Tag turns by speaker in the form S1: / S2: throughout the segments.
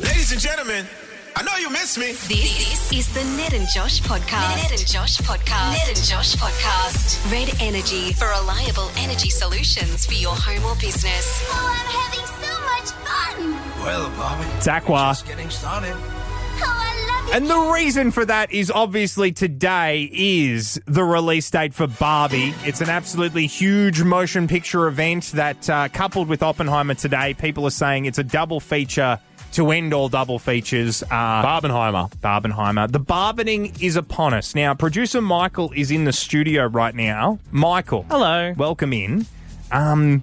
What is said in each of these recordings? S1: Ladies and gentlemen, I know you miss me.
S2: This is the Ned and Josh podcast. Ned and Josh podcast. Ned and Josh podcast. Red Energy for reliable energy solutions for your home or business.
S3: Oh, I'm having so much fun.
S4: Well, Bobby,
S5: It's Aqua.
S4: just getting started.
S3: Oh, I love you.
S5: And the reason for that is obviously today is the release date for Barbie. It's an absolutely huge motion picture event that, uh, coupled with Oppenheimer today, people are saying it's a double feature to end all double features. Uh, Barbenheimer. Barbenheimer. The barbening is upon us. Now, producer Michael is in the studio right now. Michael.
S6: Hello.
S5: Welcome in. Um,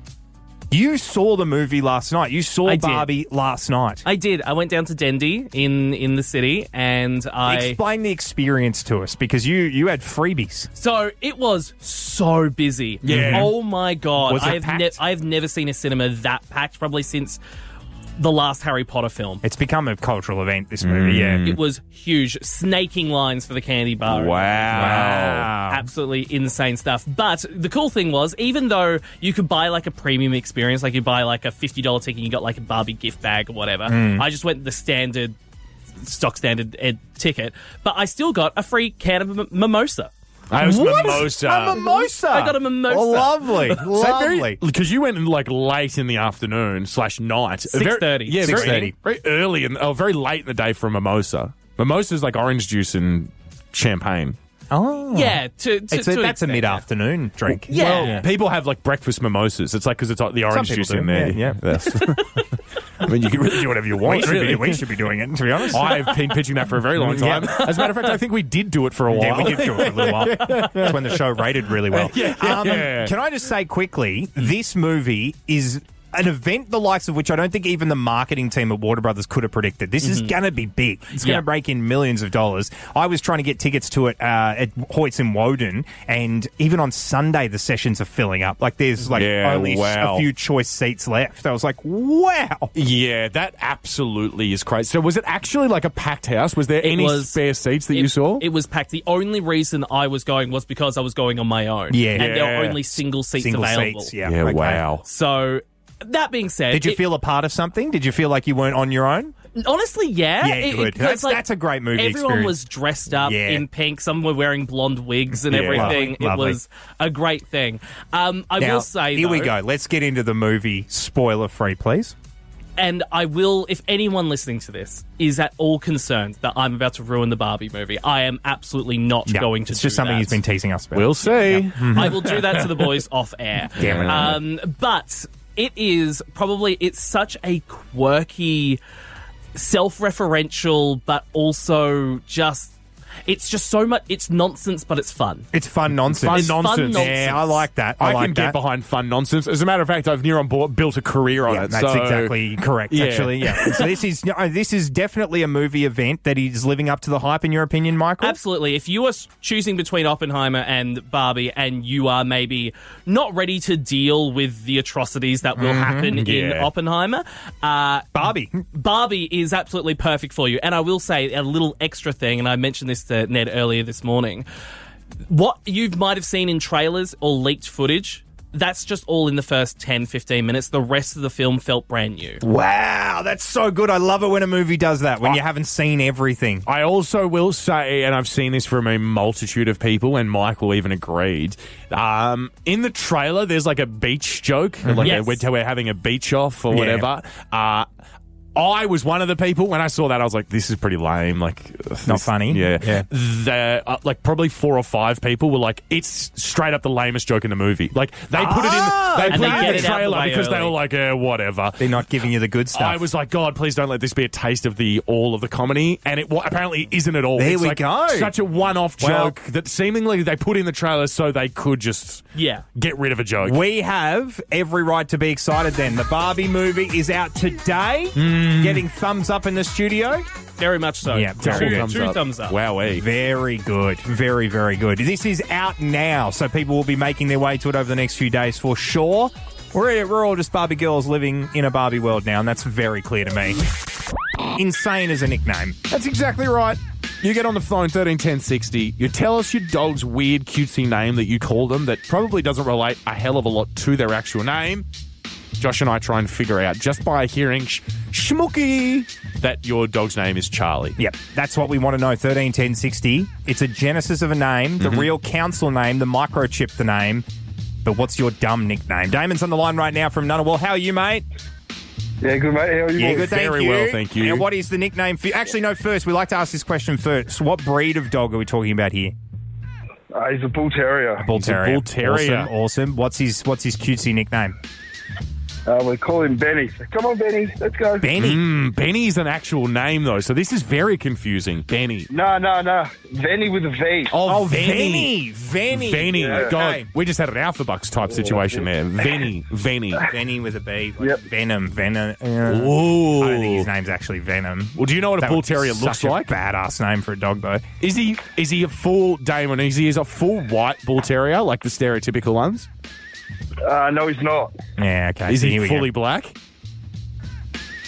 S5: you saw the movie last night. You saw
S6: I did.
S5: Barbie last night.
S6: I did. I went down to Dendy in in the city, and I
S5: Explain the experience to us because you you had freebies.
S6: so it was so busy.
S5: Yeah.
S6: Oh my god.
S5: Was it
S6: I've
S5: packed?
S6: I've never seen a cinema that packed probably since the last Harry Potter film.
S5: It's become a cultural event. This movie, yeah.
S6: It was huge, snaking lines for the candy bar.
S5: Wow.
S6: Absolutely insane stuff. But the cool thing was, even though you could buy like a premium experience, like you buy like a fifty dollar ticket, and you got like a Barbie gift bag or whatever.
S5: Mm.
S6: I just went the standard, stock standard ed ticket, but I still got a free can of m- mimosa.
S7: I was
S5: What?
S7: mimosa.
S5: A mimosa.
S6: I got a mimosa.
S5: Oh, lovely,
S7: So very-
S5: lovely.
S7: because you went in like late in the afternoon slash night, Very-
S6: 6:30.
S7: yeah, very-
S5: 6:30.
S7: very, early and oh, very late in the day for a mimosa. Mimosa is like orange juice and champagne.
S5: Oh,
S6: Yeah, to, to,
S5: It's
S6: to
S5: a, that's a
S6: an extent,
S5: mid afternoon drink.
S6: Yeah.
S7: Well,
S6: Yeah.
S7: people have like breakfast mimosas. It's like because it's like the orange
S5: people
S7: juice
S5: do,
S7: in there.
S5: yeah, yeah.
S7: That's- I mean, you can really do whatever you want.
S5: We should,
S7: really.
S5: be, we should be doing it, to be honest.
S7: I've been pitching that for a very long
S5: Yeah.
S7: time. As a matter of fact, I think we did do it for a while.
S5: Yeah, we did do it for a little while. That's when the show rated really well. Um,
S7: yeah.
S5: Can I just say quickly, this movie is an event the likes of which I don't think even the marketing team at Warner Brothers could have predicted. This is going to be big. It's going to
S6: Yeah.
S5: break in millions of dollars. I was trying to get tickets to it uh, at Hoyts in Woden, and even on Sunday, the sessions are filling up. Like there's like
S7: Yeah,
S5: only s-
S7: wow.
S5: a few choice seats left. I was like, wow.
S7: Yeah, that absolutely is crazy. So, was it actually like a packed house? Was there
S6: It
S7: any
S6: was-
S7: spare seats that
S6: it,
S7: you saw?
S6: It was packed. The only reason I was going was because I was going on my own.
S5: Yeah.
S6: And there were
S7: Yeah.
S6: only single seats
S5: Single
S6: available.
S5: seats. Yeah.
S7: yeah,
S5: okay.
S7: wow.
S6: So that being said,
S5: Did you
S6: it-
S5: feel a part of something? Did you feel like you weren't on your own?
S6: Honestly, yeah.
S5: Yeah, good.
S6: it's
S5: That's- that's a great movie
S6: Everyone
S5: experience.
S6: was dressed up
S5: Yeah.
S6: in pink. Some were wearing blonde wigs and
S7: Yeah.
S6: everything.
S5: Lovely, lovely.
S6: It was a great thing. Um, I
S5: Now,
S6: will say,
S5: here we
S6: though,
S5: go. Let's get into the movie. Spoiler free, please.
S6: and I will, if anyone listening to this is at all concerned that I'm about to ruin the Barbie movie, I am absolutely not
S5: Yeah,
S6: going to
S5: It's
S6: do
S5: just something
S6: that.
S5: he's been teasing us about.
S7: We'll see.
S6: I will do that to the boys off air.
S5: Mm-hmm. Damn it.
S6: Um, but it is probably it's such a quirky, self-referential, but also just it's just so much. It's nonsense, but it's fun.
S5: It's fun nonsense.
S7: Fun It's fun nonsense.
S6: nonsense.
S5: Yeah, I like that. I,
S7: I,
S5: like
S7: can
S5: that.
S7: get behind fun nonsense. As a matter of fact, I've near on board, built a career on
S5: Yeah,
S7: it.
S5: that's
S7: so-
S5: exactly correct.
S7: Yeah.
S5: Actually, yeah. so this is no, this is definitely a movie event that is living up to the hype, in your opinion, Michael.
S6: Absolutely. If you are s- choosing between Oppenheimer and Barbie, and you are maybe not ready to deal with the atrocities that will
S5: Mm-hmm.
S6: happen in
S7: Yeah.
S6: Oppenheimer, uh,
S5: Barbie.
S6: Barbie is absolutely perfect for you. And I will say a little extra thing, and I mentioned this to Ned earlier this morning. What you might have seen in trailers or leaked footage, that's just all in the first 10, 15 minutes. The rest of the film felt brand new.
S5: Wow, that's so good. I love it when a movie does that when you haven't seen everything.
S7: I also will say, and I've seen this from a multitude of people, and Michael even agreed. Um, in the trailer, there's like a beach joke, like
S6: Yes.
S7: a, we're, we're having a beach off or
S5: Yeah.
S7: whatever. Uh, I was one of the people when I saw that. I was like, "This is pretty lame. Like,
S5: Not
S7: this-
S5: funny.
S7: Yeah,
S5: Yeah.
S7: The, uh, like probably four or five people were like, "It's straight up the lamest joke in the movie." Like they put
S5: Ah,
S7: it in, they
S6: And
S7: put
S6: they
S7: it
S6: get
S7: in
S6: it
S7: the
S6: out the
S7: trailer
S6: way
S7: because they
S6: early.
S7: were like, eh, "Whatever."
S5: They're not giving you the good stuff.
S7: I was like, God, please don't let this be a taste of the all of the comedy, and it wa- apparently isn't at all.
S5: There
S7: It's
S5: we
S7: like
S5: go.
S7: Such a one-off
S5: Well-
S7: joke that seemingly they put in the trailer so they could just
S6: Yeah.
S7: get rid of a joke.
S5: We have every right to be excited then. The Barbie movie is out today,
S7: Hmm.
S5: getting thumbs up in the studio.
S6: Very much so.
S5: Yeah,
S6: two,
S5: very
S6: two
S5: good.
S6: thumbs,
S7: Thumbs up.
S6: up.
S7: Wowee.
S5: Very good. Very, very good. This is out now, so people will be making their way to it over the next few days for sure. We're, we're all just Barbie girls living in a Barbie world now, and that's very clear to me. Insane is a nickname.
S7: That's exactly right. You get on the phone, 13 10 60. You tell us your dog's weird, cutesy name that you call them that probably doesn't relate a hell of a lot to their actual name. Josh and I try and figure out just by hearing sh- schmooky that your dog's name is Charlie.
S5: Yep, that's what we want to know. Thirteen ten sixty. It's a genesis of a name, the real council name, the microchip, the name. But what's your dumb nickname? Damon's on the line right now from Ngunnawal. How are you, mate?
S4: Yeah, good mate. How are you?
S5: Yeah, good.
S7: Very
S5: thank you.
S7: well, thank you.
S5: And what is the nickname for you? Actually, no. First, we like to ask this question first. What breed of dog are we talking about here?
S4: Uh, he's a bull terrier.
S5: Bull
S7: He's a Bull Terrier.
S5: Awesome, awesome. What's his What's his cutesy nickname?
S4: Uh, we call him Benny. So, Come on, Benny. Let's go.
S5: Benny.
S7: Mm, Benny is an actual name though, so this is very confusing. Benny.
S4: No, no, no. Benny with a V.
S5: Oh, Venny. Venny.
S7: Venny,
S4: Yeah.
S7: God,
S5: Okay.
S7: we just had an alpha bucks type situation there. Venny, Venny.
S5: Venny with a B. Like
S4: Yep.
S5: Venom. Venom. Uh,
S7: Ooh.
S5: I don't think his name's actually Venom.
S7: Well, do you know what a
S5: That
S7: bull
S5: would be
S7: terrier looks
S5: such a
S7: like?
S5: badass name for a dog, though.
S7: Is he is he a full Damon? Is he is a full white bull terrier like the stereotypical ones?
S4: Uh, no, he's not.
S5: Yeah, okay.
S7: Is
S5: so
S7: he
S5: here we go.
S7: fully black?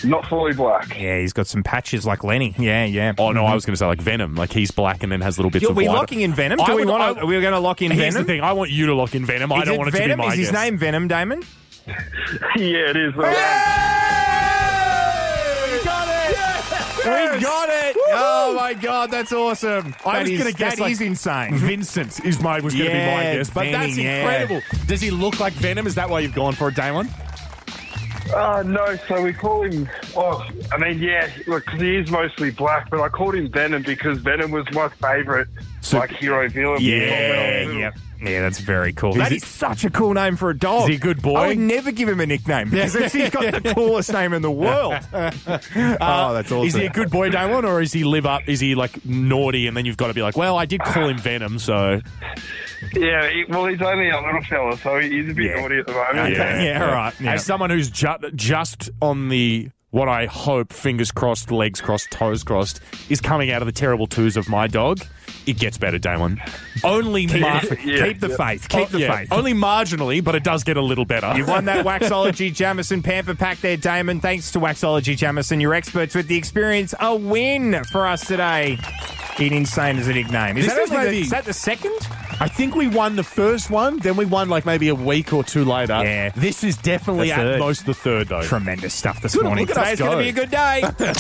S4: Not fully black.
S5: Yeah, he's got some patches like Lenny. Yeah, yeah. Mm-hmm.
S7: Oh no, I was going to say like Venom, like he's black and then has little bits
S5: You're-
S7: of
S5: we're
S7: white.
S5: locking in Venom.
S7: I
S5: Do we
S7: would-
S5: want
S7: I-
S5: to? We're going to lock in
S7: Here's
S5: Venom.
S7: the thing: I want you to lock in Venom. I
S5: Is
S7: don't
S5: it
S7: want it to be
S5: Venom?
S7: my
S5: Is his
S7: guess.
S5: name Venom Damon?
S4: yeah, it is.
S5: We got it! Oh my god, that's awesome.
S7: I
S5: That
S7: was
S5: is-
S7: gonna guess,
S5: that
S7: like-
S5: is insane.
S7: Vincent is my was going to be
S5: Yeah,
S7: my guess, but that's
S5: Venom, yeah.
S7: incredible. Does he look like Venom? Is that why you've gone for it, Damon?
S4: Uh, no, so we call him. Oh, I mean, yeah, look, 'cause he is mostly black, but I called him Venom because Venom was my favourite, like hero villain.
S7: Oh,
S5: Yeah,
S4: Well,
S5: yeah, yeah. That's very cool. That
S7: he-
S5: is such a cool name for a dog.
S7: Is he a good boy?
S5: I would never give him a nickname because it's- he's got the coolest name in the world. oh, that's awesome.
S7: Is he a good boy, Damon, or is he live up? Is he like naughty, and then you've got to be like, well, I did call him Venom, so
S4: Yeah, he, well, he's only a little fella, so he's a bit
S5: Yeah.
S4: naughty at the moment.
S5: Yeah, all right, yeah.
S7: As someone who's ju- just on the what I hope, fingers crossed, legs crossed, toes crossed, is coming out of the terrible twos of my dog. It gets better, Damon. Only mar-
S4: Yeah,
S5: Keep the
S4: yeah.
S5: faith. Keep the
S7: yeah,
S5: faith.
S7: Only marginally, but it does get a little better.
S5: You've won that Waxology Jamison Pamper Pack there, Damon. Thanks to Waxology Jamison, your experts with the experience. A win for us today. In Insane as a nickname. Is,
S7: This
S5: that,
S7: is
S5: only the-
S7: maybe-
S5: is that the second?
S7: I think we won the first one, then we won like maybe a week or two later.
S5: Yeah.
S7: This is definitely
S5: The
S7: at
S5: third.
S7: most the third, though.
S5: Tremendous stuff this
S7: Good,
S5: morning.
S7: look at us
S5: Today's going
S7: go.
S5: to be a good day.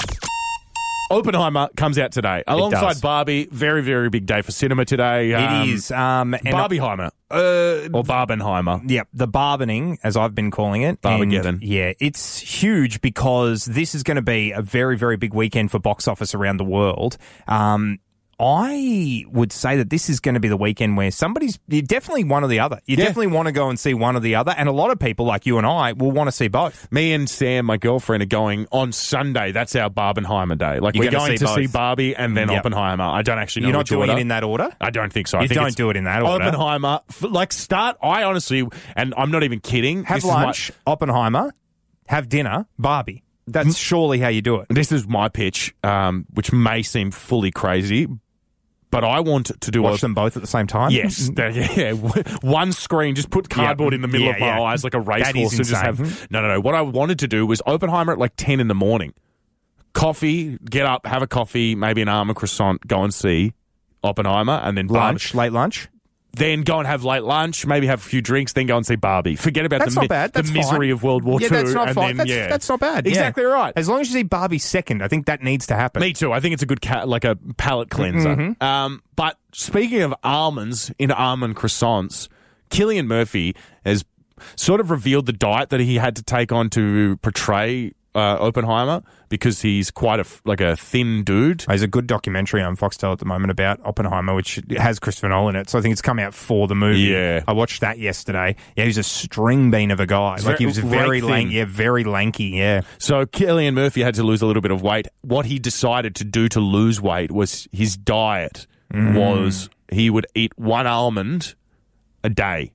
S7: Oppenheimer comes out today alongside
S5: does.
S7: Barbie. Very, very big day for cinema today. Um,
S5: it is. Um, and-
S7: Barbieheimer. Uh, or Barbenheimer.
S5: Yep, the barbening, as I've been calling it. And,
S7: Barbageddon.
S5: yeah, it's huge because this is going to be a very, very big weekend for box office around the world. Um, I would say that this is going to be the weekend where somebody's you're definitely one or the other. You
S7: Yeah.
S5: definitely want to go and see one or the other, and a lot of people like you and I will want to see both.
S7: Me and Sam, my girlfriend, are going on Sunday. That's our Barbenheimer day. Like
S5: You're
S7: we're
S5: gonna
S7: going
S5: see
S7: to see
S5: both.
S7: Barbie and then
S5: Yep.
S7: Oppenheimer. I don't actually know.
S5: You're not
S7: which
S5: doing
S7: order.
S5: it in that order.
S7: I don't think so. I
S5: You
S7: think
S5: don't
S7: it's
S5: do it in that order.
S7: Oppenheimer, f- like start. I honestly, and I'm not even kidding.
S5: Have
S7: this is my-
S5: lunch, Oppenheimer. Have dinner, Barbie. That's surely how you do it.
S7: this is my pitch, um, which may seem fully crazy, but I want to do
S5: Watch
S7: a,
S5: them both at the same time.
S7: Yes, that- yeah. One screen, just put cardboard in the middle
S5: Yeah,
S7: of my
S5: yeah.
S7: eyes like a race
S5: That
S7: horse,
S5: is
S7: and just
S5: insane.
S7: have no, no, no. What I wanted to do was Oppenheimer at like ten in the morning, coffee, get up, have a coffee, maybe an arm and croissant, go and see Oppenheimer, and then
S5: Lunch, late lunch.
S7: Barbie. Then go and have late lunch, maybe have a few drinks, then go and see Barbie. Forget about
S5: That's
S7: the,
S5: not
S7: mi-
S5: bad. That's
S7: the misery
S5: fine.
S7: of World War
S5: yeah,
S7: Two.
S5: that's not
S7: and
S5: fine.
S7: then,
S5: that's,
S7: yeah.
S5: that's not bad. Yeah.
S7: Exactly right.
S5: As long as you see Barbie second, I think that needs to happen.
S7: Me too. I think it's a good ca- like a palate cleanser.
S5: Mm-hmm.
S7: Um, but speaking of almonds in almond croissants, Killian Murphy has sort of revealed the diet that he had to take on to portray uh, Oppenheimer because he's quite a f- like a thin dude.
S5: There's a good documentary on Foxtel at the moment about Oppenheimer, which has Christopher Nolan in it. So I think it's come out for the movie.
S7: Yeah.
S5: I watched that yesterday. Yeah, he was a string bean of a guy.
S7: He's
S5: Like he
S7: very-
S5: was
S7: very
S5: very
S7: thin.
S5: lanky. Yeah, very lanky. Yeah.
S7: So Killian Murphy had to lose a little bit of weight. What he decided to do to lose weight was his diet
S5: Mm.
S7: was he would eat one almond a day,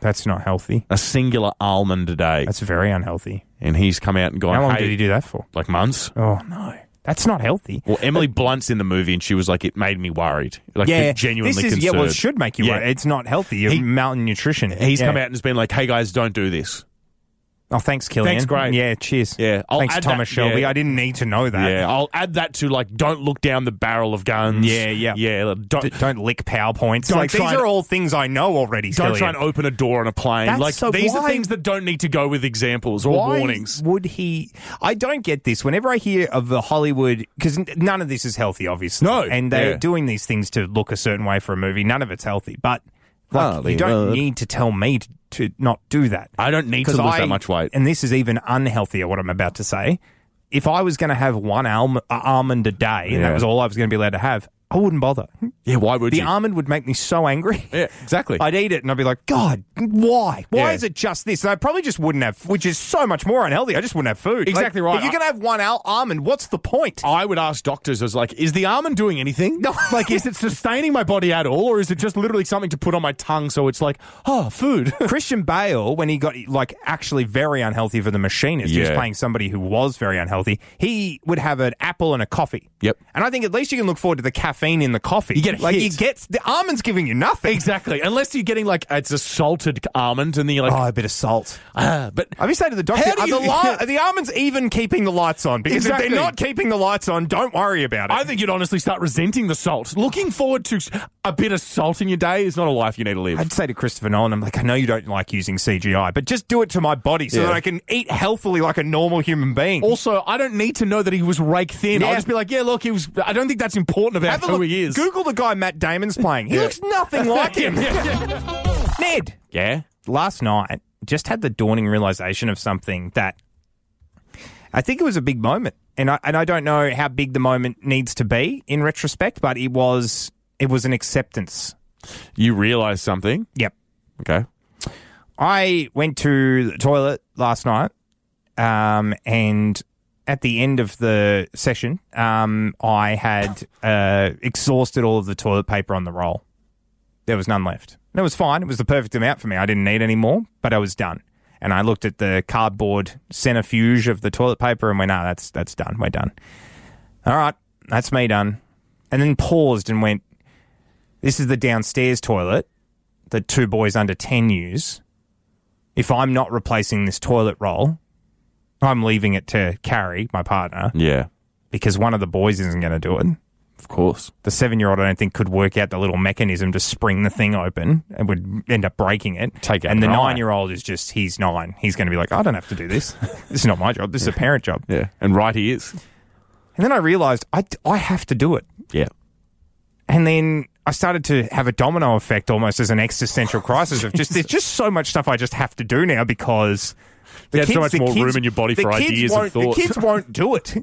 S5: That's not healthy.
S7: a singular almond a day,
S5: That's very unhealthy.
S7: and he's come out and gone.
S5: How long
S7: "Hey,
S5: did he do that for?
S7: like months.
S5: Oh, no. That's not healthy.
S7: Well, Emily Blunt's in the movie, and she was like, "It made me worried, like genuinely
S5: this is,
S7: concerned."
S5: Yeah, well, it should make you
S7: Yeah.
S5: worry. It's not healthy. You're
S7: He-
S5: malnutrition.
S7: He's
S5: Yeah.
S7: come out and has been like, "Hey guys, don't do this."
S5: Oh, thanks, Killian.
S7: Thanks, great.
S5: Yeah, cheers.
S7: Yeah, I'll
S5: thanks,
S7: add
S5: Thomas
S7: that-
S5: Shelby.
S7: yeah.
S5: I didn't need to know that.
S7: Yeah, I'll add that to like don't look down the barrel of guns.
S5: Yeah, yeah.
S7: yeah. Don't
S5: D- don't lick PowerPoints.
S7: Don't
S5: like, these
S7: try and-
S5: are all things I know already.
S7: don't
S5: Killian.
S7: try and open a door on a plane.
S5: That's
S7: like
S5: so-
S7: these are
S5: why-
S7: things that don't need to go with examples or
S5: Why
S7: warnings.
S5: Would he? I don't get this. Whenever I hear of the Hollywood, because none of this is healthy, obviously.
S7: No,
S5: and they're
S7: yeah.
S5: doing these things to look a certain way for a movie. None of it's healthy, but like
S7: Hollywood.
S5: you don't need to tell me to, to not do that.
S7: Ah, I don't need to lose
S5: I-
S7: that much weight.
S5: and this is even unhealthier. What I'm about to say. If I was going to have one alm- uh, almond a day, and
S7: Yeah.
S5: that was all I was going to be allowed to have, I wouldn't bother.
S7: Yeah, why would
S5: The
S7: you?
S5: almond would make me so angry.
S7: yeah, exactly.
S5: I'd eat it and I'd be like, God, why? Why
S7: Yeah.
S5: is it just this? And I probably just wouldn't have, which is so much more unhealthy. I just wouldn't have food.
S7: Exactly right.
S5: If you're going to have one al- almond, what's the point?
S7: I would ask doctors, I was like, is the almond doing anything?
S5: No.
S7: Like, is it sustaining my body at all? Or is it just literally something to put on my tongue so it's like, oh, food?
S5: Christian Bale, when he got like actually very unhealthy for the machinist, he was
S7: Yeah.
S5: playing somebody who was very unhealthy. He would have an apple and a coffee.
S7: Yep.
S5: And I think at least you can look forward to the caffeine in the coffee.
S7: You get a
S5: like
S7: hit.
S5: you get the almond's giving you nothing.
S7: exactly. Unless you're getting like, it's a salted almond and then you're like,
S5: Oh, a bit of salt.
S7: ah, but
S5: I just say to the doctor,
S7: How do
S5: are, the
S7: you-
S5: li- are the almonds even keeping the lights on? Because if
S7: Exactly.
S5: they're not keeping the lights on, don't worry about it.
S7: I think you'd honestly start resenting the salt. Looking forward to a bit of salt in your day is not a life you need to live.
S5: I'd say to Christopher Nolan, I'm like, I know you don't like using CGI, but just do it to my body so
S7: Yeah.
S5: that I can eat healthily like a normal human being.
S7: also, I don't need to know that he was rake thin. I'll
S5: Yeah.
S7: just be like, yeah, look, he was. I don't think that's important about
S5: Have a
S7: who
S5: look.
S7: he is.
S5: Google the guy Matt Damon's playing. He
S7: Yeah.
S5: looks nothing like him. Ned,
S7: Yeah.
S5: last night, just had the dawning realization of something that I think it was a big moment. And I, and I don't know how big the moment needs to be in retrospect, but it was it was an acceptance.
S7: You realize something.
S5: Yep.
S7: Okay.
S5: I went to the toilet last night, um, and at the end of the session, um, I had uh, exhausted all of the toilet paper on the roll. There was none left. And it was fine. It was the perfect amount for me. I didn't need any more, but I was done. And I looked at the cardboard centrifuge of the toilet paper and went, "Ah, that's that's done. We're done. All right, that's me done." And then paused and went, "This is the downstairs toilet that two boys under ten use." if I'm not replacing this toilet roll, I'm leaving it to Carrie, my partner,
S7: Yeah.
S5: because one of the boys isn't going to do it.
S7: Of course.
S5: The seven year old, I don't think, could work out the little mechanism to spring the thing open and would end up breaking it.
S7: Take out
S5: and the
S7: an eye.
S5: nine year old is just, he's nine. He's going to be like, I don't have to do this. this is not my job. This is a parent job.
S7: Yeah. And right he is.
S5: And then I realized I, I have to do it.
S7: Yeah.
S5: And then I started to have a domino effect almost as an existential crisis of just, there's just so much stuff I just have to do now because
S7: You have so
S5: kids-
S7: much
S5: the
S7: more
S5: kids-
S7: room in your body
S5: the
S7: for
S5: kids
S7: ideas and
S5: won't-
S7: thoughts.
S5: The kids won't do it.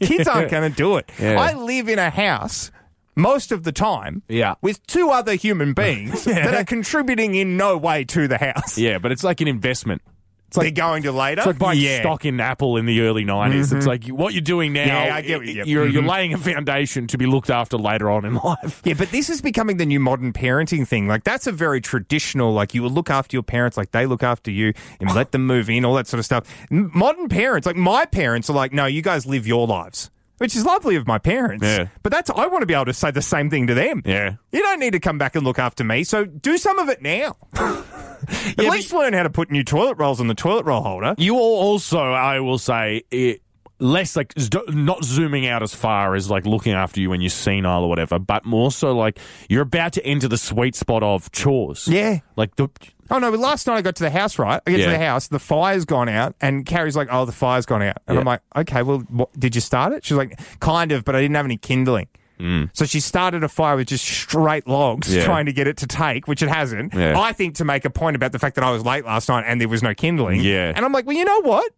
S5: kids aren't going to do it.
S7: Yeah.
S5: I live in a house most of the time
S7: Yeah.
S5: with two other human beings that are contributing in no way to the house.
S7: yeah, but it's like an investment.
S5: They're going to later.
S7: It's like buying
S5: yeah. Mm-hmm.
S7: stock in Apple in the early 90s. It's like you- what you're doing now,
S5: Yeah, I get what- mm-hmm. yep.
S7: you're, you're laying a foundation to be looked after later on in life.
S5: Yeah, but this is becoming the new modern parenting thing. Like that's a very traditional. Like you will look after your parents, like they look after you, and let them move in, all that sort of stuff. M- Modern parents, like my parents, are like, no, you guys live your lives, which is lovely of my parents.
S7: Yeah.
S5: But that's I want to be able to say the same thing to them.
S7: Yeah.
S5: you don't need to come back and look after me. So do some of it now. At least learn how to put new toilet rolls in the toilet roll holder.
S7: You all also, I will say, it, less like z- not zooming out as far as like looking after you when you're senile or whatever, but more so like you're about to enter the sweet spot of chores.
S5: Yeah.
S7: Like the.
S5: Oh no! But last night I got to the house. Right, I get
S7: Yeah.
S5: to the house. The fire's gone out, and Carrie's like, "Oh, the fire's gone out," and I'm
S7: Yeah.
S5: like, "Okay, well, what, did you start it?" She's like, "Kind of, but I didn't have any kindling." So she started a fire with just straight logs,
S7: Mm. Yeah.
S5: trying to get it to take, which it hasn't.
S7: Yeah.
S5: I think to make a point about the fact that I was late last night and there was no kindling.
S7: Yeah.
S5: and I'm like, well, you know what?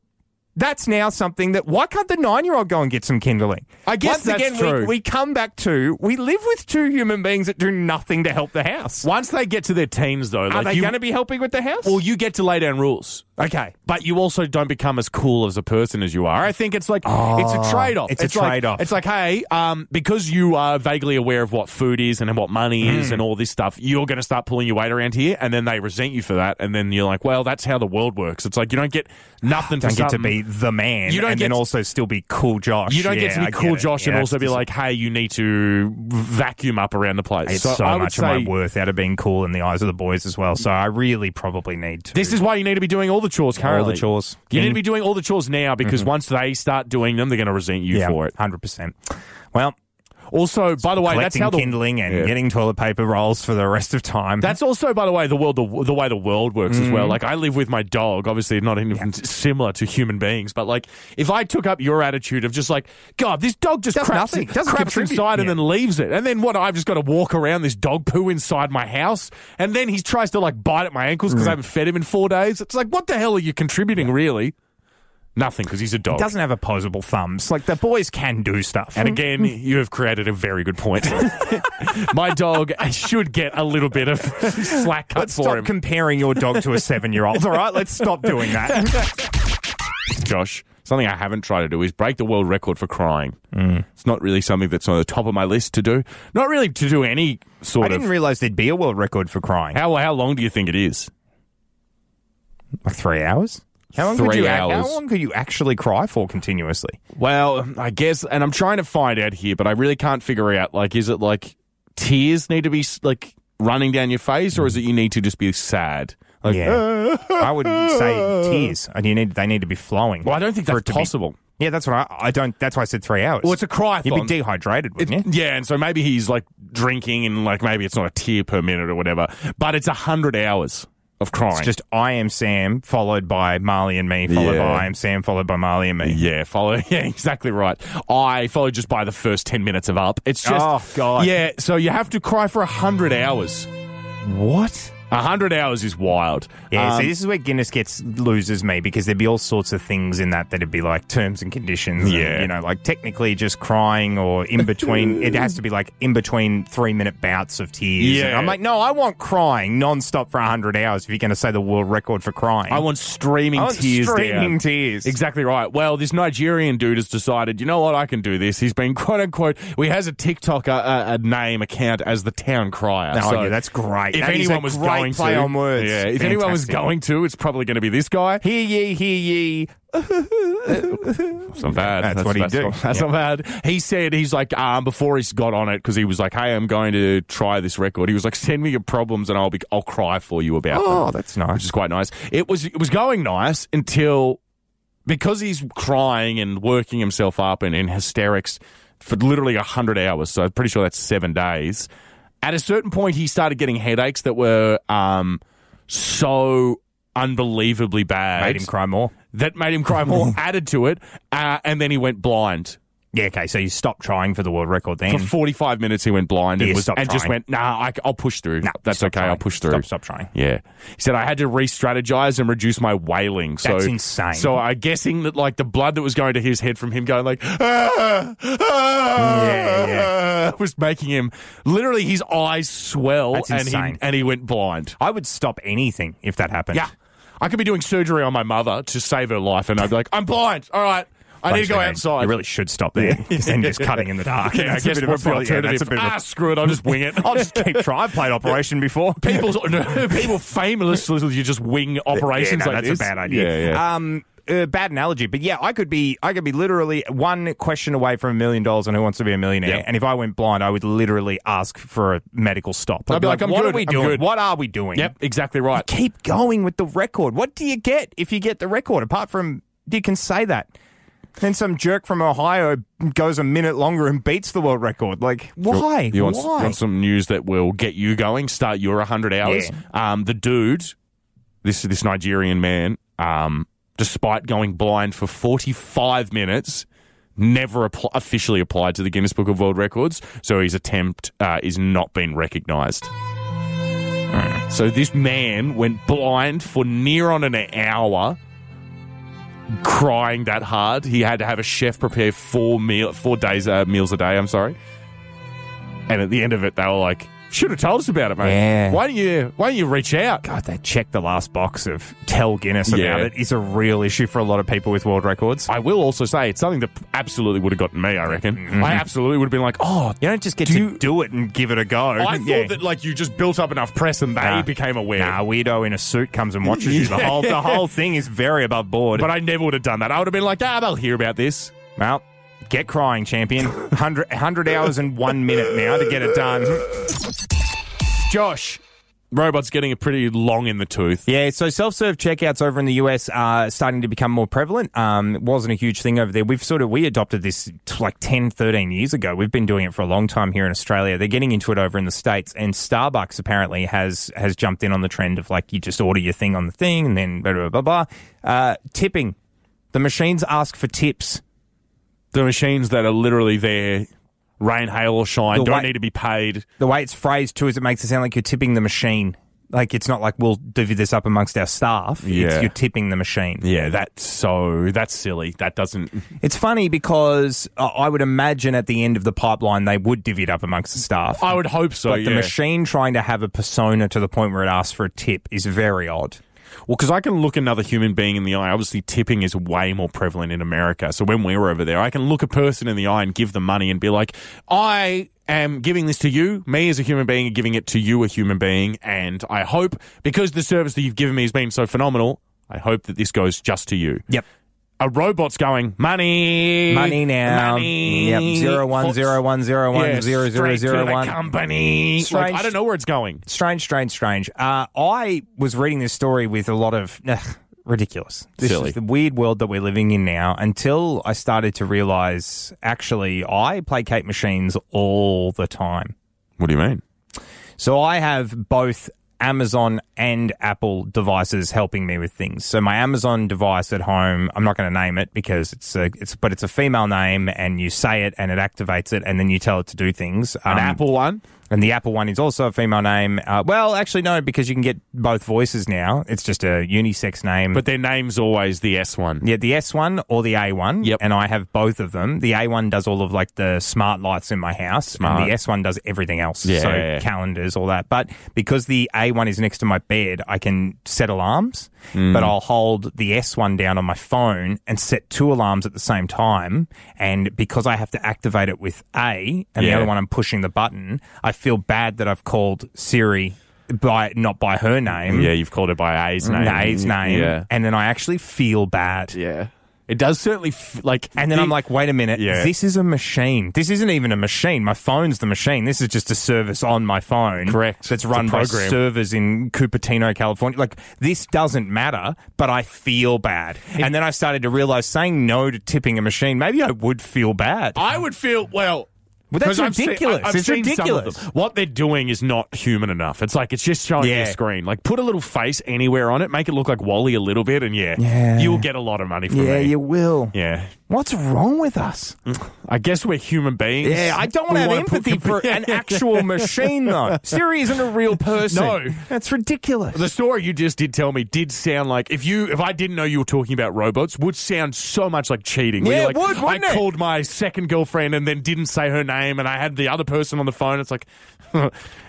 S5: That's now something that why can't the nine year old go and get some kindling?
S7: I
S5: Once
S7: guess that's
S5: again,
S7: true.
S5: We, we come back to we live with two human beings that do nothing to help the house.
S7: Once they get to their teens, though,
S5: Are
S7: like
S5: they
S7: you,
S5: going to be helping with the house?
S7: well, you get to lay down rules.
S5: okay.
S7: but you also don't become as cool as a person as you are. I think it's like it's
S5: Oh,
S7: a trade off.
S5: it's a
S7: like-
S5: trade-off.
S7: It's like, hey, um, because you are vaguely aware of what food is and what money is
S5: Hmm.
S7: and all this stuff, you're going to start pulling your weight around here, and then they resent you for that, and then you're like, well, that's how the world works. It's like you don't get nothing. for
S5: Don't get to
S7: something.
S5: be the man
S7: You don't
S5: and
S7: get
S5: then
S7: to-
S5: also still be cool Josh.
S7: You don't get
S5: Yeah,
S7: to be
S5: I
S7: cool
S5: it.
S7: Josh and
S5: Yeah,
S7: also be
S5: it's-
S7: like, hey, you need to vacuum up around the place.
S5: it's so,
S7: I would
S5: much of my
S7: say
S5: worth out of being cool in the eyes of the boys as well. So I really probably need to.
S7: This is why you need to be doing all the chores currently.
S5: chores.
S7: You need
S5: Mm.
S7: to be doing all the chores now because once they start doing them, they're going to resent you
S5: yeah,
S7: for it.
S5: hundred percent. Well,
S7: Also, by the way, that's
S5: collecting
S7: how the
S5: kindling and
S7: Yeah.
S5: getting toilet paper rolls for the rest of time.
S7: That's also, by the way, the world the, the way the world works as
S5: Mm.
S7: well. Like I live with my dog, obviously not even similar to human beings, but like if I took up your attitude of just like God, this dog just
S5: Does
S7: craps,
S5: nothing. Doesn't
S7: craps
S5: contribute.
S7: inside and
S5: Yeah.
S7: then leaves it, and then what? I've just got to walk around this dog poo inside my house, and then he tries to like bite at my ankles because I haven't fed him in four days. It's like what the hell are you contributing really? Nothing because he's a dog.
S5: doesn't have opposable thumbs. Like the boys can do stuff.
S7: And again, you have created a very good point. My dog should get a little bit of slack cut
S5: Let's
S7: for
S5: stop
S7: him.
S5: comparing your dog to a seven-year-old. All right, let's stop doing that.
S7: Josh, something I haven't tried to do is break the world record for crying. It's not really something that's on the top of my list to do. Not really to do any sort
S5: I didn't
S7: of.
S5: realize there'd be a world record for crying.
S7: how how long do you think it is?
S5: Like three hours? How long, could
S7: Three
S5: you, ac-
S7: hours.
S5: how long could you actually cry for continuously?
S7: Well, I guess, and I'm trying to find out here, but I really can't figure out. Like, is it like tears need to be like running down your face, or is it you need to just be sad? Like,
S5: Yeah. I would say tears, and you need they need to be flowing.
S7: Well, I don't think
S5: for
S7: that's
S5: it to be-
S7: possible.
S5: yeah, that's what I, I don't. That's why I said three hours.
S7: well, it's a cry.
S5: You'd be dehydrated,
S7: It-
S5: wouldn't you?
S7: yeah, and so maybe he's like drinking and like maybe it's not a tear per minute or whatever, but it's a hundred hours of crying.
S5: It's just I am Sam, followed by Marley and me, followed
S7: Yeah.
S5: by I am Sam, followed by Marley and me.
S7: yeah, follow. Yeah, exactly right. I follow just by the first ten minutes of up. It's just
S5: Oh, God.
S7: Yeah, so you have to cry for a hundred hours.
S5: What?
S7: A hundred hours is wild.
S5: Yeah,
S7: Um,
S5: see, this is where Guinness gets loses me because there'd be all sorts of things in that that'd be like terms and conditions. and,
S7: Yeah.
S5: you know, like technically just crying or in between. it has to be like in between three minute bouts of tears. And
S7: Yeah.
S5: I'm like, no, I want crying nonstop for hundred hours if you're going to say the world record for crying.
S7: I want streaming
S5: I want
S7: tears.
S5: streaming
S7: down.
S5: tears.
S7: Exactly right. Well, this Nigerian dude has decided, you know what, I can do this. He's been quote unquote. He has a TikTok uh, uh, a name account as the town crier.
S5: Oh,
S7: So
S5: yeah, that's great.
S7: If
S5: That is
S7: anyone
S5: a
S7: was
S5: great
S7: going
S5: play
S7: to,
S5: on words.
S7: yeah. If anyone was
S5: Fantastic.
S7: going to, it's probably going to be this guy.
S5: Hear ye, hear ye.
S7: It's not bad.
S5: That's what he
S7: that's
S5: do.
S7: Not, that's not bad. He said he's like um, before he's got on it because he was like, "Hey, I'm going to try this record." He was like, "Send me your problems and I'll be I'll cry for you about them."
S5: Oh, that's nice.
S7: which is quite nice. It was it was going nice until because he's crying and working himself up and in hysterics for literally hundred hours. So I'm pretty sure that's seven days. At a certain point, he started getting headaches that were um, so unbelievably bad
S5: Made him cry more.
S7: that made him cry more. added to it, uh, and then he went blind.
S5: Yeah, okay, so you stop trying for the world record
S7: For
S5: then.
S7: 45 minutes, he went blind
S5: Yeah,
S7: and, was,
S5: stop
S7: and just
S5: trying.
S7: went, nah, I, will push through.
S5: No,
S7: That's
S5: stop
S7: okay.
S5: trying.
S7: I'll push through.
S5: Stop, stop trying.
S7: Yeah. He said, I had to re strategize and reduce my wailing. So,
S5: That's insane.
S7: So I'm guessing that, like, the blood that was going to his head from him going, like, ah, ah,
S5: Yeah, yeah.
S7: was making him literally his eyes swell
S5: That's
S7: and, he,
S5: insane.
S7: and he went blind.
S5: I would stop anything if that happened.
S7: Yeah. I could be doing surgery on my mother to save her life, and I'd be like, I'm blind. All right. I need to go
S5: Actually,
S7: outside.
S5: You really should stop there. Because then you're just cutting in the dark.
S7: Yeah, I
S5: That's a
S7: guess
S5: bit of a
S7: what's the
S5: pro- yeah,
S7: alternative?
S5: that's a bit of a-
S7: ah, screw it. I'll just wing it.
S5: I'll just keep trying. I've played Operation before.
S7: people, people famously you just wing operations
S5: Yeah, no,
S7: like
S5: that's
S7: this.
S5: a bad idea.
S7: Yeah, yeah.
S5: Um, uh, bad analogy, but yeah, I could be I could be literally one question away from a million dollars on Who Wants to Be a Millionaire.
S7: Yeah.
S5: And if I went blind, I would literally ask for a medical stop.
S7: I'd be like, I'm
S5: what
S7: good,
S5: are we
S7: I'm
S5: doing?
S7: good."
S5: What are we doing?
S7: yep, exactly right.
S5: Keep going with the record. What do you get if you get the record? Apart from you can say that. Then some jerk from Ohio goes a minute longer and beats the world record. Like why?
S7: You want,
S5: why?
S7: want some news that will get you going? Start your 100 hours. Um, the dude, this this Nigerian man, um, despite going blind for 45 minutes, never appl- officially applied to the Guinness Book of World Records. So his attempt uh, is not been recognised. So this man went blind for near on an hour. Crying that hard, he had to have a chef prepare four meal, four days uh, meals a day. I'm sorry, and at the end of it, they were like, Should have told us about it, mate.
S5: Yeah.
S7: Why don't you Why don't you reach out?
S5: God, they checked the last box of Tell Guinness about
S7: Yeah.
S5: it is a real issue for a lot of people with world records.
S7: I will also say it's something that absolutely would have gotten me. I reckon. I absolutely would have been like, oh.
S5: You don't just get
S7: Do
S5: to
S7: you-
S5: Mm-hmm. do it and give it a go.
S7: I thought that like you just built up enough press and they
S5: Oh, Nah.
S7: became aware.
S5: Nah, a weirdo in a suit comes and watches you. The whole the whole thing is very above board.
S7: But I never would have done that. I would have been like, ah, they'll hear about this.
S5: well, get crying, champion. 100, 100 hours and one minute now to get it done.
S7: Josh, robot's getting a pretty long in the tooth.
S5: Yeah, so self-serve checkouts over in the US are starting to become more prevalent. Um, it wasn't a huge thing over there. We've sort of, we adopted this t- like 10, 13 years ago. We've been doing it for a long time here in Australia. They're getting into it over in the States and Starbucks apparently has, has jumped in on the trend of like, you just order your thing on the thing and then blah, blah, blah, blah. Uh, tipping. The machines ask for tips.
S7: The machines that are literally there, rain, hail, or shine,
S5: The
S7: don't
S5: white-
S7: need to be paid.
S5: The way it's phrased too is it makes it sound like you're tipping the machine. Like it's not like we'll divvy this up amongst our staff.
S7: Yeah.
S5: It's you're tipping the machine.
S7: Yeah, that's so. That's silly. That doesn't.
S5: It's funny because uh, I would imagine at the end of the pipeline they would divvy it up amongst the staff.
S7: I would hope so.
S5: but
S7: Oh, yeah.
S5: the machine trying to have a persona to the point where it asks for a tip is very odd.
S7: Well, because I can look another human being in the eye. Obviously, tipping is way more prevalent in America. So when we were over there, I can look a person in the eye and give them money and be like, I am giving this to you, me as a human being, and giving it to you, a human being. And I hope, because the service that you've given me has been so phenomenal, I hope that this goes just to you.
S5: Yep.
S7: A robot's going, money.
S5: Money now.
S7: Money.
S5: Yep. Zero one zero one zero
S7: Yeah,
S5: one zero zero
S7: straight to
S5: zero
S7: the
S5: one.
S7: company. Like,
S5: Strange.
S7: I don't know where it's going.
S5: Strange, strange, strange. Uh, I was reading this story with a lot of ugh, ridiculous. This
S7: Silly.
S5: is the weird world that we're living in now. Until I started to realize, actually, I placate machines all the time.
S7: What do you mean?
S5: So I have both Amazon and Apple devices helping me with things. So my Amazon device at home, I'm not going to name it because it's a, it's, but it's a female name and you say it and it activates it and then you tell it to do things.
S7: An
S5: Um,
S7: Apple one?
S5: And the Apple one is also a female name. Uh, well, actually, no, because you can get both voices now. It's just a unisex name.
S7: But their name's always the S one.
S5: Yeah, the S one or the A one.
S7: Yep.
S5: And I have both of them. The A one does all of like the smart lights in my house.
S7: Smart.
S5: And the S one does everything else.
S7: Yeah,
S5: So
S7: yeah, yeah.
S5: calendars, all that. But because the A one is next to my bed, I can set alarms.
S7: Mm.
S5: But I'll hold the S one down on my phone and set two alarms at the same time. And because I have to activate it with A and the
S7: Yeah.
S5: other one I'm pushing the button, I feel bad that I've called Siri by not by her name.
S7: Yeah, you've called it by Mm. A's name.
S5: Nae's name,
S7: Yeah.
S5: and then I actually feel bad.
S7: Yeah. It does certainly, f- like.
S5: And then
S7: the-
S5: I'm like, wait a minute,
S7: Yeah.
S5: this is a machine. This isn't even a machine. My phone's the machine. This is just a service on my phone.
S7: Correct. It's
S5: That's
S7: a
S5: run by
S7: program.
S5: servers in Cupertino, California. Like, this doesn't matter, but I feel bad. and then I started to realize saying no to tipping a machine, maybe I would feel bad.
S7: I would feel, well.
S5: Well, that's
S7: 'cause I've seen-
S5: ridiculous.
S7: I- I've
S5: It's
S7: seen some of
S5: ridiculous.
S7: them. What they're doing is not human enough. It's like, it's just showing you
S5: Yeah.
S7: a screen. Like, put a little face anywhere on it, make it look like Wally a little bit, and yeah,
S5: Yeah.
S7: you'll get a lot of money from
S5: yeah,
S7: me.
S5: you will.
S7: yeah.
S5: What's wrong with us?
S7: I guess we're human beings.
S5: Yeah, I don't want
S7: We
S5: to have
S7: wanna put
S5: empathy for
S7: com-
S5: an actual machine, though. Siri isn't a real person.
S7: No.
S5: That's ridiculous.
S7: The story you just did tell me did sound like if you if I didn't know you were talking about robots would sound so much like cheating. where
S5: Yeah,
S7: you're
S5: it
S7: like,
S5: would, wouldn't
S7: I
S5: it?"
S7: called my second girlfriend and then didn't say her name, and I had the other person on the phone. It's like,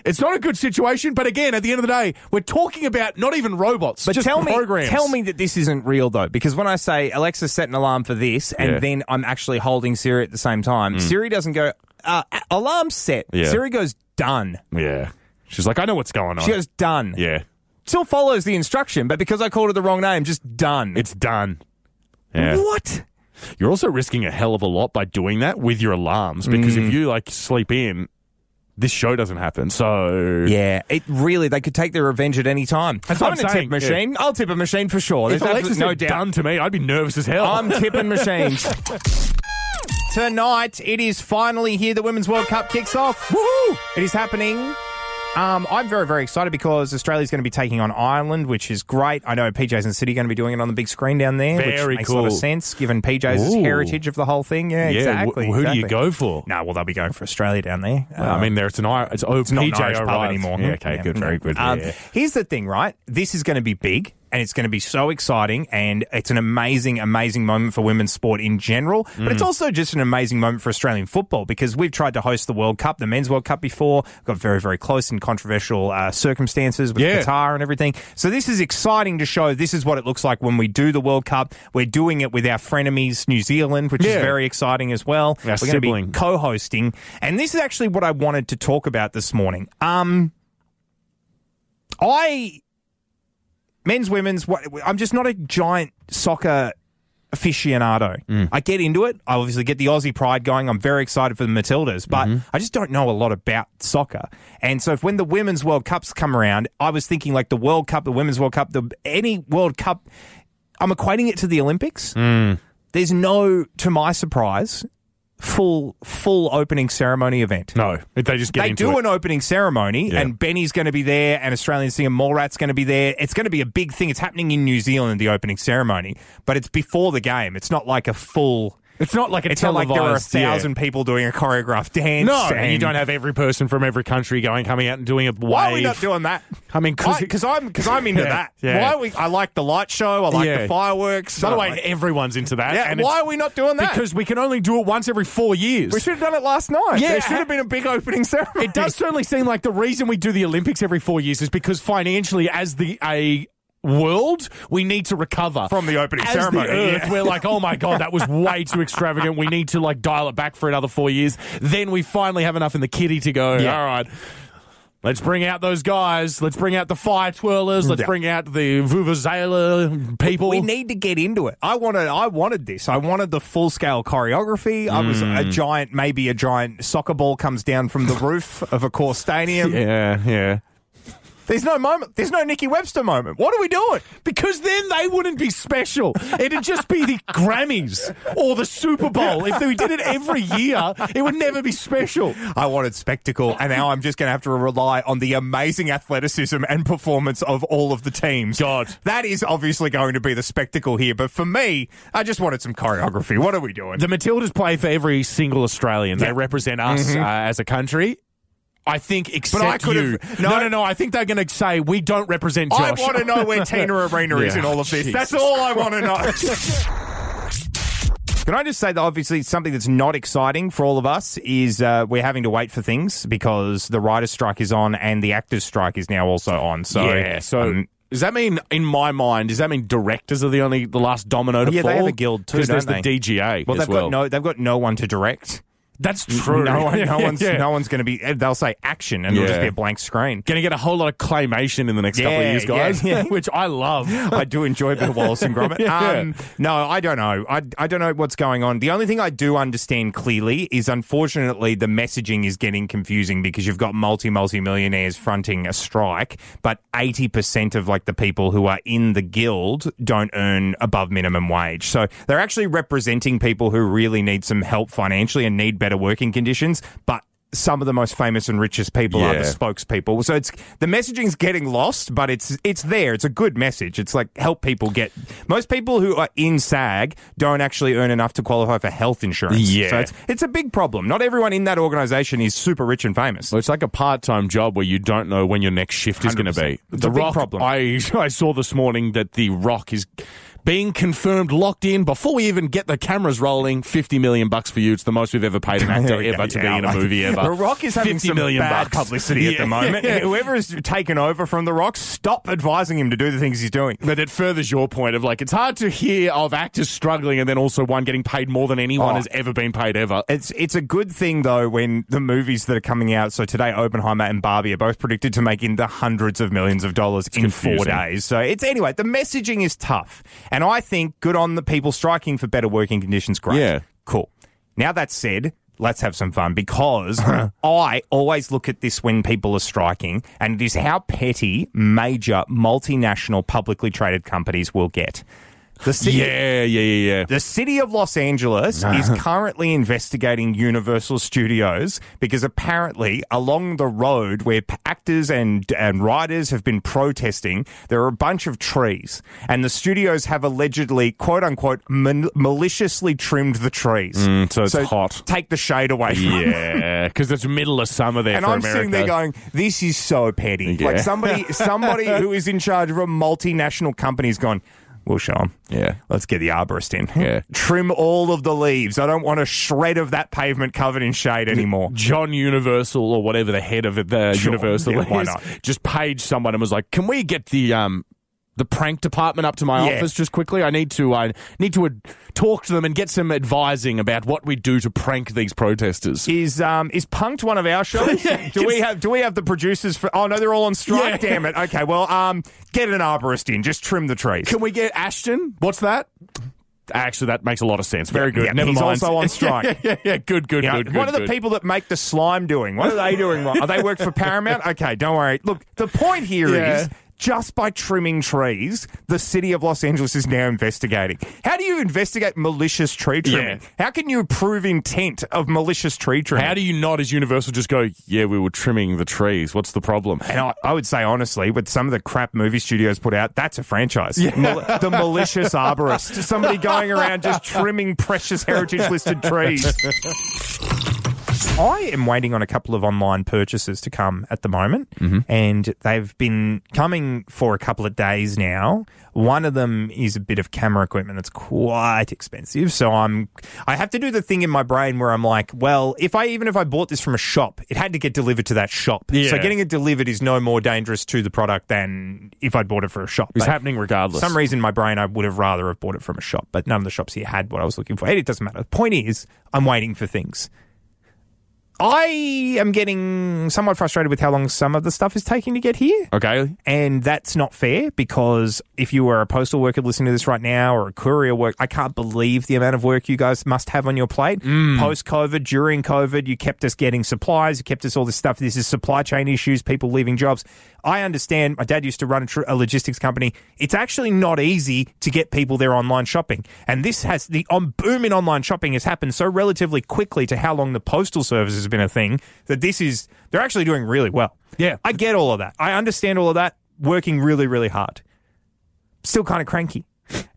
S7: it's not a good situation. But again, at the end of the day, we're talking about not even robots,
S5: But
S7: just
S5: tell me,
S7: programs.
S5: tell me that this isn't real though, because when I say Alexa set an alarm for this, and
S7: Yeah. Mm.
S5: then I'm actually holding Siri at the same time, Siri doesn't go uh, a- alarm set.
S7: Yeah.
S5: Siri goes done.
S7: Yeah, she's like, I know what's going on.
S5: She goes done.
S7: yeah,
S5: Still follows the instruction, but because I called her the wrong name, just done.
S7: it's done. Yeah.
S5: What?
S7: You're also risking a hell of a lot by doing that with your alarms because
S5: Mm.
S7: if you like sleep in, this show doesn't happen. So
S5: Yeah, it really. They could take their revenge at any time.
S7: That's
S5: I'm
S7: what
S5: gonna
S7: I'm
S5: tip
S7: saying, yeah.
S5: machine. I'll tip a machine for sure. Oh, There's
S7: If Alexis
S5: absolutely no
S7: had
S5: doubt.
S7: done to me, I'd be nervous as hell.
S5: I'm tipping machines. Tonight, it is finally here. The Women's World Cup kicks off. Woohoo! It is happening. Um, I'm very, very excited because Australia's going to be taking on Ireland, which is great. I know PJs and City are going to be doing it on the big screen down there,
S7: Very
S5: which makes a lot of
S7: cool.
S5: sense given PJs'
S7: Ooh.
S5: heritage of the whole thing. Yeah,
S7: yeah,
S5: exactly.
S7: wh- who do you
S5: exactly.
S7: go for?
S5: No, well, they'll be going for Australia down there.
S7: I
S5: Um,
S7: mean, there it's an I- it's, oh,
S5: it's not
S7: PJ
S5: an Irish pub
S7: arrived.
S5: anymore.
S7: Yeah, okay, good, very good.
S5: Um,
S7: yeah.
S5: Here's the thing, right? This is going to be big, and it's going to be so exciting. And it's an amazing, amazing moment for women's sport in general. But
S7: Mm.
S5: it's also just an amazing moment for Australian football because we've tried to host the World Cup, the Men's World Cup before, got very, very close in controversial uh, circumstances with
S7: Yeah.
S5: Qatar and everything. So this is exciting to show. This is what it looks like when we do the World Cup. We're doing it with our frenemies, New Zealand, which
S7: Yeah.
S5: is very exciting as well.
S7: Our
S5: We're going to
S7: sibling.
S5: be co-hosting, and this is actually what I wanted to talk about this morning. Um, I men's, women's. What, I'm just not a giant soccer aficionado.
S7: Mm.
S5: I get into it. I obviously get the Aussie pride going. I'm very excited for the Matildas, but
S7: Mm-hmm.
S5: I just don't know a lot about soccer. And so, if when the Women's World Cups come around, I was thinking like the World Cup, the Women's World Cup, the any World Cup. I'm equating it to the Olympics.
S7: Mm.
S5: There's no, to my surprise, full full opening ceremony event.
S7: No, they just get
S5: They
S7: into
S5: do
S7: it.
S5: an opening ceremony,
S7: Yeah.
S5: and Benny's going to be there, and Australian singer Morat's going to be there. It's going to be a big thing. It's happening in New Zealand, the opening ceremony, but it's before the game. It's not like a full.
S7: It's not like a
S5: It's not like there are a
S7: televised- yeah.
S5: thousand people doing a choreographed dance.
S7: No, and you don't have every person from every country going coming out and doing a wave.
S5: Why are we not doing that?
S7: I mean, 'cause it-
S5: because I'm because I'm into
S7: Yeah,
S5: that.
S7: yeah.
S5: Why are we? I like the light show. I like
S7: Yeah.
S5: the fireworks.
S7: By the
S5: I
S7: way,
S5: like-
S7: everyone's into that.
S5: yeah.
S7: and
S5: Why
S7: it's-
S5: are we not doing that?
S7: Because we can only do it once every four years.
S5: we should have done it last night.
S7: Yeah.
S5: there should have been a big opening ceremony.
S7: It does certainly seem like the reason we do the Olympics every four years is because financially, as the a world, we need to recover
S5: From the opening
S7: As
S5: ceremony,
S7: The Earth,
S5: yeah.
S7: We're like, oh my god, that was way too extravagant. We need to like dial it back for another four years. Then we finally have enough in the kitty to go.
S5: Yeah.
S7: All right. Let's bring out those guys. Let's bring out the fire twirlers. Let's
S5: Yeah.
S7: bring out the vuvuzela people.
S5: We need to get into it. I wanted. I wanted this. I wanted the full scale choreography. I was a giant. Maybe a giant soccer ball comes down from the roof of a core stadium.
S7: yeah, yeah.
S5: There's no moment. There's no Nikki Webster moment. What are we doing?
S7: Because then they wouldn't be special. It'd just be the Grammys or the Super Bowl. If we did it every year, it would never be special.
S5: I wanted spectacle, and now I'm just going to have to rely on the amazing athleticism and performance of all of the teams.
S7: God.
S5: that is obviously going to be the spectacle here. But for me, I just wanted some choreography. What are we doing?
S7: The Matildas play for every single Australian. They
S5: Yeah. Mm-hmm.
S7: represent us uh, as a country. I think, except
S5: I could
S7: you.
S5: have-
S7: No,
S5: no.
S7: no, no, I think they're going to say we don't represent
S5: I
S7: Josh.
S5: want to know where Tina Arena is
S7: Yeah.
S5: in all of this. That's
S7: Jesus
S5: all I want to know. Can I just say that obviously something that's not exciting for all of us is uh, we're having to wait for things because the writer's strike is on and the actor's strike is now also on. So
S7: yeah. So
S5: um,
S7: does that mean, in my mind, does that mean directors are the only the last domino to
S5: Oh, Yeah,
S7: fall?
S5: they have a guild too,
S7: Because there's
S5: don't they?
S7: the DGA.
S5: well,
S7: as
S5: they've got no they've got no one to direct.
S7: That's true.
S5: No one, no
S7: Yeah,
S5: one's
S7: yeah.
S5: no one's going to be. They'll say action and it'll just
S7: Yeah.
S5: be a blank screen.
S7: Going to get a whole lot of claymation in the next couple of
S5: Yeah,
S7: years, guys,
S5: yeah, yeah.
S7: which I love.
S5: I do enjoy a bit of Wallace and Gromit. um, no, I don't know. I, I don't know what's going on. The only thing I do understand clearly is unfortunately the messaging is getting confusing because you've got multi multi millionaires fronting a strike, but 80% of like the people who are in the guild don't earn above minimum wage. So they're actually representing people who really need some help financially and need better working conditions, but some of the most famous and richest people are the
S7: Yeah.
S5: spokespeople. So it's the messaging's getting lost, but it's it's there. It's a good message. It's like help people get. Most people who are in SAG don't actually earn enough to qualify for health insurance.
S7: Yeah.
S5: so it's it's a big problem. Not everyone in that organisation is super rich and famous.
S7: Well, it's like a part-time job where you don't know when your next shift is going to
S5: 100%.
S7: be.
S5: It's a big
S7: Rock,
S5: problem.
S7: I I saw this morning that the Rock is being confirmed locked in before we even get the cameras rolling. Fifty million bucks for you. It's the most we've ever paid an actor
S5: Yeah,
S7: ever to
S5: yeah,
S7: be in a
S5: like,
S7: movie ever.
S5: The Rock is having
S7: 50
S5: some
S7: million
S5: bad
S7: bucks.
S5: publicity at
S7: Yeah.
S5: the moment. Whoever is taken over from The Rock, stop advising him to do the things he's doing.
S7: But it furthers your point of like it's hard to hear of actors struggling and then also one getting paid more than anyone
S5: Oh.
S7: has ever been paid ever.
S5: It's it's a good thing though when the movies that are coming out. So today, Oppenheimer and Barbie are both predicted to make in the hundreds of millions of dollars in four
S7: confusing.
S5: days. So it's anyway, the messaging is tough, and I think good on the people striking for better working conditions. Great,
S7: Yeah.
S5: cool. Now that said. Let's have some fun because I always look at this when people are striking, and it is how petty major multinational publicly traded companies will get. The E city,
S7: Yeah, yeah, yeah, yeah.
S5: The city of Los Angeles is currently investigating Universal Studios because apparently, along the road where p- actors and, and writers have been protesting, there are a bunch of trees. And the studios have allegedly, quote unquote, mal- maliciously trimmed the trees.
S7: so Mm, it's hot.
S5: Take the shade away from them.
S7: Yeah, because it's middle of summer there
S5: And
S7: for
S5: I'm
S7: America.
S5: sitting there going, "This is so petty."
S7: Yeah.
S5: Like somebody, somebody who is in charge of a multinational company has gone. We'll show them.
S7: Yeah.
S5: let's get the arborist in.
S7: Yeah.
S5: trim all of the leaves. I don't want a shred of that pavement covered in shade anymore.
S7: John Universal or whatever the head of the
S5: Sure,
S7: Universal
S5: yeah, why
S7: is,
S5: not?
S7: just paged someone and was like, "Can we get the um the prank department up to my
S5: Yeah.
S7: office just quickly? I need to I need to uh, talk to them and get some advising about what we do to prank these protesters."
S5: Is um is punked one of our shows? do we have do we have the producers for? Oh no, they're all on strike.
S7: Yeah.
S5: Damn it. Okay, well um get an arborist in. Just trim the trees.
S7: Can we get Ashton? What's that? Actually, that makes a lot of sense. Very
S5: Yeah,
S7: good.
S5: yeah,
S7: Never
S5: he's
S7: mind.
S5: also on strike.
S7: yeah, yeah, yeah. Good, good,
S5: You know,
S7: good, good.
S5: what are the
S7: good.
S5: people that make the slime doing? What are they doing wrong? Are they work for Paramount? Okay, don't worry. Look, the point here is
S7: Yeah.
S5: just by trimming trees, the city of Los Angeles is now investigating. How do you investigate malicious tree trimming? How can you prove intent of malicious tree trimming?
S7: How do you not, as Universal, just go, yeah, we were trimming the trees. What's the problem?
S5: and I, I would say honestly, with some of the crap movie studios put out, that's a franchise. Mal- the malicious arborist, somebody going around just trimming precious heritage-listed trees. I am waiting on a couple of online purchases to come at the moment, and they've been coming for a couple of days now. One of them is a bit of camera equipment that's quite expensive, so I'm I have to do the thing in my brain where I'm like, well, if I even if I bought this from a shop, it had to get delivered to that shop. So
S7: Yeah.
S5: getting it delivered is no more dangerous to the product than if I'd bought it for a shop.
S7: It's
S5: But-
S7: happening regardless.
S5: some reason in my brain I would have rather have bought it from a shop, but none of the shops here had what I was looking for. And It doesn't matter. The point is, I'm waiting for things. I am getting somewhat frustrated with how long some of the stuff is taking to get here.
S7: okay.
S5: And that's not fair because if you were a postal worker listening to this right now or a courier work, I can't believe the amount of work you guys must have on your plate. Post COVID, during COVID, you kept us getting supplies, you kept us all this stuff. This is supply chain issues, people leaving jobs. I understand. My dad used to run a, tr- a logistics company. It's actually not easy to get people their online shopping, and this has the on boom in online shopping has happened so relatively quickly to how long the postal service has been a thing that this is they're actually doing really well.
S7: Yeah.
S5: I get all of that. I understand all of that. Working really, really hard. Still kind of cranky.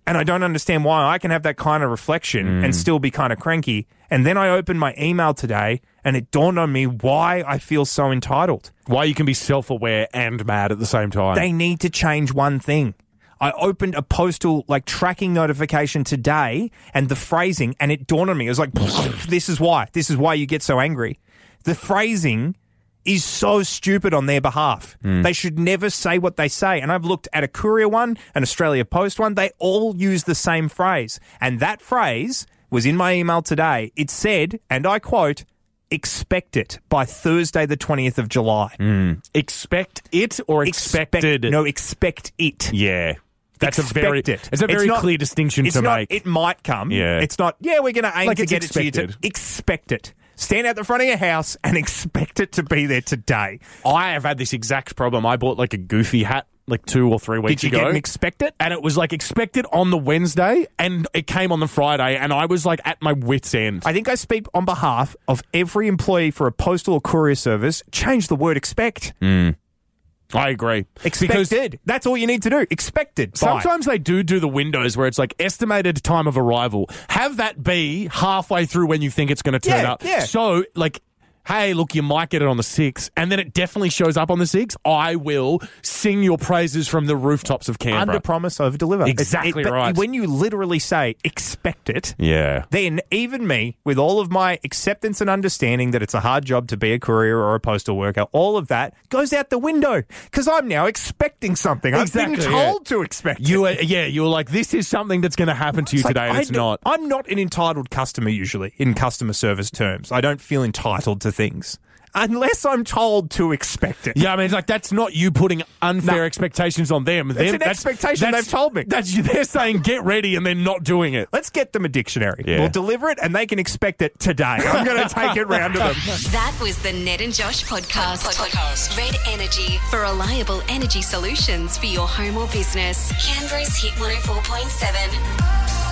S5: And I don't understand why I can have that kind of reflection and still be kind of cranky. And then I opened my email today and it dawned on me why I feel so entitled.
S7: Why you can be self aware and mad at the same time.
S5: They need to change one thing. I opened a postal like tracking notification today and the phrasing and it dawned on me. It was like this is why. This is why you get so angry. The phrasing is so stupid on their behalf. They should never say what they say. And I've looked at a courier one, an Australia Post one, they all use the same phrase. And that phrase was in my email today. It said, and I quote, expect it by Thursday the 20th of July
S7: expect it or
S5: expect-
S7: expected.
S5: No, expect it.
S7: Yeah. That's
S5: Expect
S7: a very
S5: it.
S7: It's a very
S5: not-
S7: clear distinction
S5: it's
S7: to
S5: not,
S7: make.
S5: It might come.
S7: Yeah.
S5: It's not. Yeah, we're going to aim
S7: Like
S5: to
S7: it's
S5: get it to you. To,
S7: expected.
S5: expect it. Stand out the front of your house and expect it to be there today.
S7: I have had this exact problem. I bought like a goofy hat like two or three weeks
S5: Did you
S7: ago.
S5: get an expect it?
S7: and it was like expected on the Wednesday, and it came on the Friday, and I was like at my wits' end.
S5: I think I speak on behalf of every employee for a postal or courier service. Change the word expect.
S7: I agree. Mm. Because
S5: Expected. That's all you need to do. Expected. Bye.
S7: Sometimes they do do the windows where it's like estimated time of arrival. Have that be halfway through when you think it's going to turn
S5: Yeah,
S7: up.
S5: yeah.
S7: So, like, hey, look, you might get it on the 6th, and then it definitely shows up on the 6th. I will sing your praises from the rooftops of Canberra.
S5: under promise, over deliver.
S7: Exactly
S5: but
S7: right.
S5: When you literally say expect it,
S7: yeah.
S5: then even me, with all of my acceptance and understanding that it's a hard job to be a courier or a postal worker, all of that goes out the window because I'm now expecting something. I've been
S7: Exactly, yeah.
S5: told to expect it.
S7: You were, yeah, you were like, this is something that's going to happen to you
S5: It's like,
S7: today, and
S5: I
S7: it's
S5: don't-
S7: not.
S5: I'm not an entitled customer usually in customer service terms. I don't feel entitled to things. unless I'm told to expect it.
S7: Yeah, I mean, it's like that's not you putting unfair
S5: No.
S7: expectations on them. Them-
S5: an expectation they've told me.
S7: That's they're saying get ready and they're not doing it.
S5: Let's get them a dictionary.
S7: Yeah.
S5: We'll deliver it and they can expect it today. I'm going to take it round to them.
S2: That was the Ned and Josh podcast. podcast. Red Energy for reliable oh energy solutions for your home or business. Canberra's Hit 104.7.